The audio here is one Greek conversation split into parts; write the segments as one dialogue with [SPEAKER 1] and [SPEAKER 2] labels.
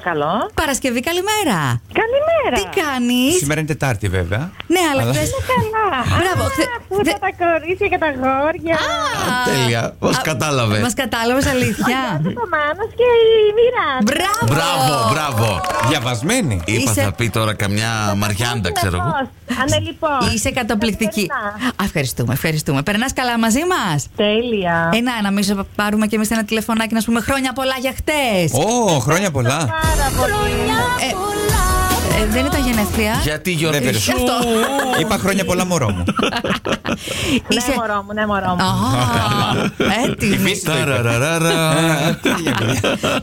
[SPEAKER 1] Παρακαλώ.
[SPEAKER 2] Παρασκευή, καλημέρα.
[SPEAKER 1] Καλημέρα.
[SPEAKER 2] Τι κάνεις.
[SPEAKER 3] Σήμερα είναι Τετάρτη βέβαια.
[SPEAKER 2] Ναι, αλλά χθες.
[SPEAKER 1] Καλά.
[SPEAKER 2] Μπράβο,
[SPEAKER 1] Α,
[SPEAKER 2] χθε-
[SPEAKER 1] Που
[SPEAKER 2] δε-
[SPEAKER 1] τα τα κορίτσια και τα γόρια.
[SPEAKER 3] Τέλεια. Πώς κατάλαβες.
[SPEAKER 2] Μας κατάλαβες αλήθεια.
[SPEAKER 1] Ο Μάνος και η Μοίρα.
[SPEAKER 2] Μπράβο.
[SPEAKER 4] Μπράβο, μπράβο.
[SPEAKER 3] Διαβασμένη.
[SPEAKER 4] Είπα
[SPEAKER 2] Είσαι-
[SPEAKER 4] θα πει τώρα καμιά μαριάντα, ξέρω εγώ.
[SPEAKER 1] ναι, Ανελειπώ.
[SPEAKER 2] Είσαι καταπληκτική. Α, Ευχαριστούμε, ευχαριστούμε. Περνάς καλά μαζί μας.
[SPEAKER 1] Τέλεια.
[SPEAKER 2] Ε, να, να μην σε πάρουμε κι εμείς ένα τηλεφωνάκι να σου πούμε χρόνια πολλά για χτες.
[SPEAKER 3] Ω, χρόνια πολλά.
[SPEAKER 1] Πάρα πολύ.
[SPEAKER 2] Ε, δεν ήταν γενέθλια. Ε,
[SPEAKER 4] Γιατί
[SPEAKER 3] Δεν
[SPEAKER 4] γιορτή
[SPEAKER 3] περισσεύει.
[SPEAKER 4] σου.
[SPEAKER 2] Αυτό.
[SPEAKER 3] Ναι, Είπα χρόνια πολλά μωρό μου.
[SPEAKER 1] Ναι, μωρό μου, ναι, μωρό μου.
[SPEAKER 2] Α, έτοιμη.
[SPEAKER 3] Φύση το είπε.
[SPEAKER 4] Ταραραραρα.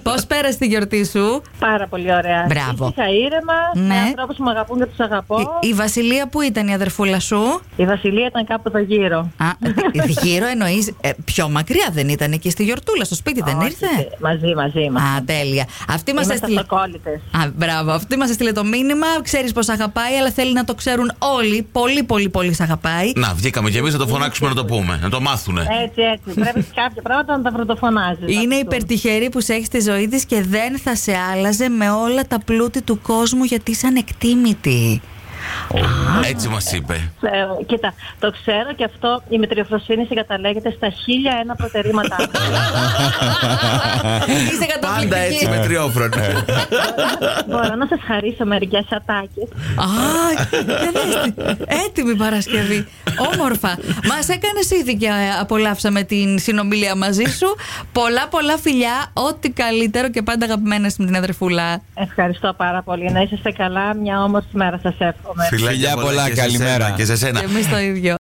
[SPEAKER 2] Πώς πέρασε τη γιορτή σου,
[SPEAKER 1] Πάρα πολύ ωραία.
[SPEAKER 2] Μπράβο.
[SPEAKER 1] Ήρθα ήρεμα,
[SPEAKER 2] Ναι.
[SPEAKER 1] με
[SPEAKER 2] Ε-
[SPEAKER 1] ανθρώπους που με αγαπούν και τους αγαπώ.
[SPEAKER 2] η, η Βασιλεία που ήταν η αδερφούλα σου.
[SPEAKER 1] Η Βασιλεία ήταν κάπου εδώ γύρω.
[SPEAKER 2] Α, δι- γύρω εννοεί. πιο μακριά δεν ήταν εκεί στη γιορτούλα, στο σπίτι δεν
[SPEAKER 1] Όχι,
[SPEAKER 2] ήρθε.
[SPEAKER 1] Ε, Μαζί, μαζί μας.
[SPEAKER 2] Α, τέλεια. Αυτή μας
[SPEAKER 1] Είμαστε
[SPEAKER 2] έστειλε.
[SPEAKER 1] αυτοκόλλητες.
[SPEAKER 2] Α, μπράβο. Αυτή μας έστειλε το μήνυμα. Ξέρεις πώ αγαπάει, αλλά θέλει να το ξέρουν όλοι. Πολύ, πολύ, πολύ σε αγαπάει.
[SPEAKER 4] Να, βγήκαμε κι εμείς να το φωνάξουμε να το πούμε, να το μάθουνε.
[SPEAKER 1] Έτσι, έτσι. Πρέπει κάποια πράγματα να τα βροντοφωνάζεις.
[SPEAKER 2] Είναι υπερτυχερή που σε έχεις στη ζωή της και δεν θα σε άλλαζε με όλα τα πλούτη του κόσμου γιατί είσαι ανεκτήμητη.
[SPEAKER 4] Έτσι μας είπε.
[SPEAKER 1] Ε, κοίτα, το ξέρω και αυτό η μετριοφροσύνη συγκαταλέγεται στα χίλια ένα προτερήματά της.
[SPEAKER 2] είσαι
[SPEAKER 4] Πάντα έτσι
[SPEAKER 2] καταπληκτική.
[SPEAKER 4] με τριόφρονο.
[SPEAKER 1] Μπορώ να σας χαρίσω μερικές ατάκες.
[SPEAKER 2] Α, καλέστη. έτοιμη Παρασκευή. Όμορφα. Μας έκανες ήδη και ε, απολαύσαμε την συνομιλία μαζί σου. Πολλά, πολλά φιλιά. Ό,τι καλύτερο και πάντα αγαπημένες με την αδερφούλα.
[SPEAKER 1] Ευχαριστώ πάρα πολύ. Να είσαστε καλά. Μια όμορφη μέρα σας εύχομαι.
[SPEAKER 3] Φιλιά πολλά,
[SPEAKER 4] και σε
[SPEAKER 3] καλημέρα.
[SPEAKER 4] σένα, Και σε σένα.
[SPEAKER 2] Και εμείς το ίδιο.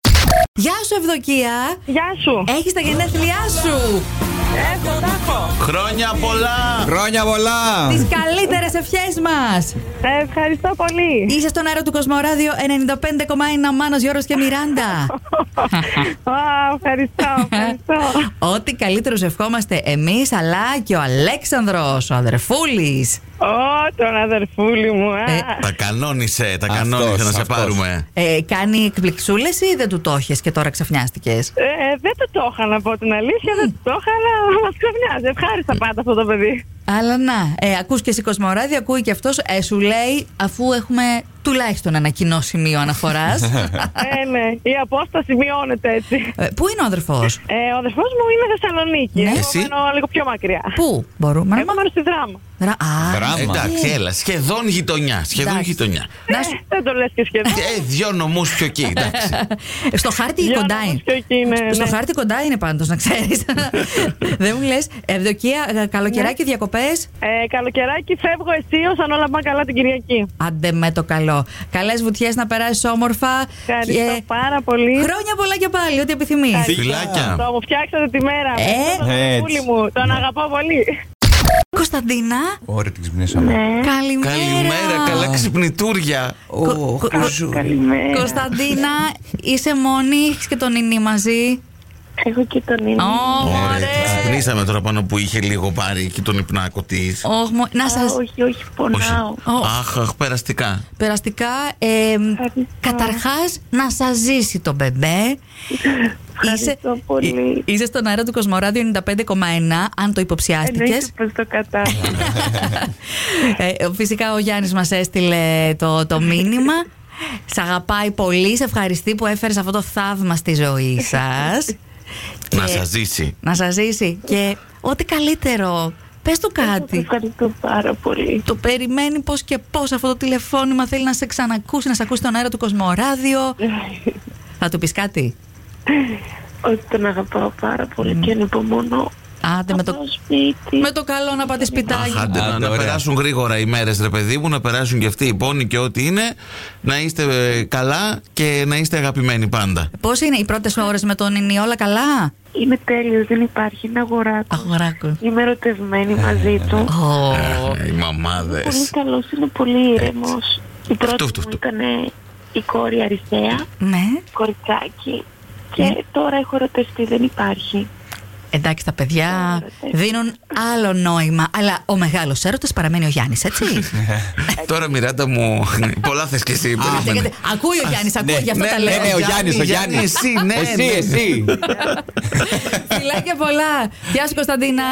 [SPEAKER 2] Γεια σου, Ευδοκία.
[SPEAKER 1] Γεια σου.
[SPEAKER 2] Έχεις τα γενέθλιά σου.
[SPEAKER 4] Χρόνια πολλά.
[SPEAKER 3] Χρόνια πολλά.
[SPEAKER 2] Τις καλύτερες ευχές μας.
[SPEAKER 1] Ε, Ευχαριστώ πολύ.
[SPEAKER 2] Είσαι στον αέρα του Κοσμοράδιο 95,1 Μάνος Γιώργος και Μιράντα.
[SPEAKER 1] ευχαριστώ,
[SPEAKER 2] Ό,τι καλύτερος ευχόμαστε εμείς αλλά και ο Αλέξανδρος, ο αδερφούλης.
[SPEAKER 5] Ω, τον αδερφούλη μου, α.
[SPEAKER 2] Ε.
[SPEAKER 4] Τα κανόνισε, τα
[SPEAKER 3] Αυτός,
[SPEAKER 4] κανόνισε να σε
[SPEAKER 3] αυτός.
[SPEAKER 4] πάρουμε.
[SPEAKER 2] Ε, κάνει εκπληξούλες ή δεν του το είχες και τώρα ξαφνιάστηκες.
[SPEAKER 5] Ε, δεν το το είχα να πω την αλήθεια, δεν το το είχα, αλλά μας ξαφνιάζει. Ευχάριστα πάντα αυτό το παιδί.
[SPEAKER 2] Αλλά να, ε, ακούς και εσύ Κοσμοράδιο, ακούει και αυτός, ε, σου λέει αφού έχουμε τουλάχιστον ένα κοινό σημείο αναφοράς.
[SPEAKER 5] ε, ναι, η απόσταση μειώνεται έτσι.
[SPEAKER 2] Ε, πού είναι ο αδερφός,
[SPEAKER 5] Ε, ο αδερφός μου είναι Θεσσαλονίκη.
[SPEAKER 2] Ναι.
[SPEAKER 5] Εγώ
[SPEAKER 4] Εσύ?
[SPEAKER 5] μένω λίγο πιο μακριά.
[SPEAKER 2] πού μπορούμε
[SPEAKER 5] Εγώ μένω στη δράμα.
[SPEAKER 2] Δρα- Α,
[SPEAKER 3] Δράμα.
[SPEAKER 4] Ε, Εντάξει, έλα. Σχεδόν γειτονιά. Σχεδόν
[SPEAKER 2] Ε. Εντάξει.
[SPEAKER 4] γειτονιά.
[SPEAKER 2] να
[SPEAKER 5] Ε,
[SPEAKER 2] σου-
[SPEAKER 5] δεν το λες και σχεδόν.
[SPEAKER 4] Ε, δύο νομούς πιο εκεί, εντάξει.
[SPEAKER 2] Στο χάρτη
[SPEAKER 5] Για να
[SPEAKER 2] κοντά
[SPEAKER 5] δεις
[SPEAKER 2] είναι.
[SPEAKER 5] και εκεί είναι,
[SPEAKER 2] Στο
[SPEAKER 5] ναι.
[SPEAKER 2] χάρτη κοντά είναι πάντως, να ξέρεις. Δεν μου λες. Ευδοκία, ε, καλοκαιράκι,
[SPEAKER 5] Ναι.
[SPEAKER 2] διακοπές.
[SPEAKER 5] Ε, καλοκαιράκι φεύγω αισίω αν όλα πάνε καλά την Κυριακή.
[SPEAKER 2] Άντε με το καλό. Καλές βουτιές να περάσεις όμορφα.
[SPEAKER 5] Ευχαριστώ
[SPEAKER 2] Και
[SPEAKER 5] πάρα πολύ.
[SPEAKER 2] Χρόνια πολλά και πάλι, ό,τι επιθυμείς.
[SPEAKER 4] Φιλάκια.
[SPEAKER 5] Το μου φτιάξατε τη μέρα.
[SPEAKER 2] Ε,
[SPEAKER 5] Ευχαριστώ τον
[SPEAKER 3] έτσι.
[SPEAKER 5] αδερφούλη μου.
[SPEAKER 2] ναι.
[SPEAKER 5] Τον αγαπώ πολύ.
[SPEAKER 2] Κωνσταντίνα,
[SPEAKER 3] Ωραία, την ξυπνήσαμε.
[SPEAKER 2] Ναι.
[SPEAKER 5] Ναι,
[SPEAKER 2] καλημέρα.
[SPEAKER 4] Καλημέρα, καλά ξυπνητούρια.
[SPEAKER 2] Κο- κο- Κωνσταντίνα, είσαι μόνη, έχεις και τον Ινή μαζί.
[SPEAKER 5] Εγώ και τον είναι.
[SPEAKER 2] Ω,
[SPEAKER 4] Ωραία,
[SPEAKER 2] μωρέ.
[SPEAKER 4] ξυπνήσαμε τώρα πάνω που είχε λίγο πάρει εκεί τον υπνάκο της.
[SPEAKER 2] Ωχ, μω- Να σας
[SPEAKER 5] Όχι, όχι, πονάω.
[SPEAKER 2] Ω.
[SPEAKER 4] Αχ, αχ, περαστικά.
[SPEAKER 2] Περαστικά, ε, καταρχάς να σας ζήσει το μπεμπέ.
[SPEAKER 5] Ευχαριστώ πολύ.
[SPEAKER 2] ε- είσαι στον αέρα του Κοσμοράδιο 95,1, αν το
[SPEAKER 5] Εννοείται
[SPEAKER 2] υποψιάστηκες.
[SPEAKER 5] πως το κατάλαβα.
[SPEAKER 2] ε, φυσικά ο Γιάννης μας έστειλε το, το μήνυμα. Σ' αγαπάει πολύ, σε ευχαριστεί που έφερες αυτό το θαύμα στη ζωή σας.
[SPEAKER 4] Να
[SPEAKER 2] Και-
[SPEAKER 4] σας ζήσει.
[SPEAKER 2] Να σας ζήσει. Και ό,τι καλύτερο, πες του κάτι.
[SPEAKER 5] Ευχαριστώ πάρα πολύ.
[SPEAKER 2] Το περιμένει πώς και πώς αυτό το τηλεφώνημα. Θέλει να σε ξανακούσει, να σε ακούσει τον αέρα του Κοσμοράδιο. Θα του πεις κάτι.
[SPEAKER 5] Ότι τον αγαπάω πάρα πολύ και ανυπομονώ.
[SPEAKER 2] Άντε με το,
[SPEAKER 5] Το σπίτι.
[SPEAKER 2] με το καλό να πάτε
[SPEAKER 4] Αχ,
[SPEAKER 2] σπιτάκι.
[SPEAKER 4] άντε,
[SPEAKER 3] Άντε,
[SPEAKER 4] να, να
[SPEAKER 3] ωραία.
[SPEAKER 4] περάσουν γρήγορα οι μέρες, ρε παιδί μου, να περάσουν και αυτοί οι πόνοι και ό,τι είναι. Να είστε ε, καλά και να είστε αγαπημένοι πάντα.
[SPEAKER 2] Πώς είναι οι πρώτες ώρες με τον Ινι, όλα καλά.
[SPEAKER 5] Είναι τέλειος, δεν υπάρχει, είναι αγορά του.
[SPEAKER 2] Αγοράκο.
[SPEAKER 5] Είμαι ερωτευμένη μαζί του.
[SPEAKER 2] Ω,
[SPEAKER 4] Ε, Οι μαμάδες.
[SPEAKER 5] Πολύ καλός, είναι πολύ ήρεμος. Η πρώτη
[SPEAKER 4] Αυτό, αυτό,
[SPEAKER 5] μου
[SPEAKER 4] αυτό.
[SPEAKER 5] ήταν ε, η κόρη Αριστεία,
[SPEAKER 2] Ναι.
[SPEAKER 5] κοριτσάκι. Και τώρα έχω ερωτευτεί, δεν υπάρχει.
[SPEAKER 2] Εντάξει, τα παιδιά δίνουν άλλο νόημα. Αλλά ο μεγάλος έρωτας παραμένει ο Γιάννης, έτσι.
[SPEAKER 4] Τώρα, Μιράτα μου, πολλά θες και εσύ.
[SPEAKER 2] Α,
[SPEAKER 4] περίμενε.
[SPEAKER 2] γιατί- Ακούει ο Γιάννη, ακούει, γι' αυτό
[SPEAKER 4] ναι,
[SPEAKER 2] τα
[SPEAKER 4] ναι,
[SPEAKER 2] λέω.
[SPEAKER 3] Ναι, ναι, ο Γιάννης, ο
[SPEAKER 4] Γιάννης,
[SPEAKER 3] Γιάννης.
[SPEAKER 4] εσύ, ναι,
[SPEAKER 3] Εσύ,
[SPEAKER 4] ναι.
[SPEAKER 3] εσύ.
[SPEAKER 2] Φιλάκια πολλά. Γεια σου, Κωνσταντίνα.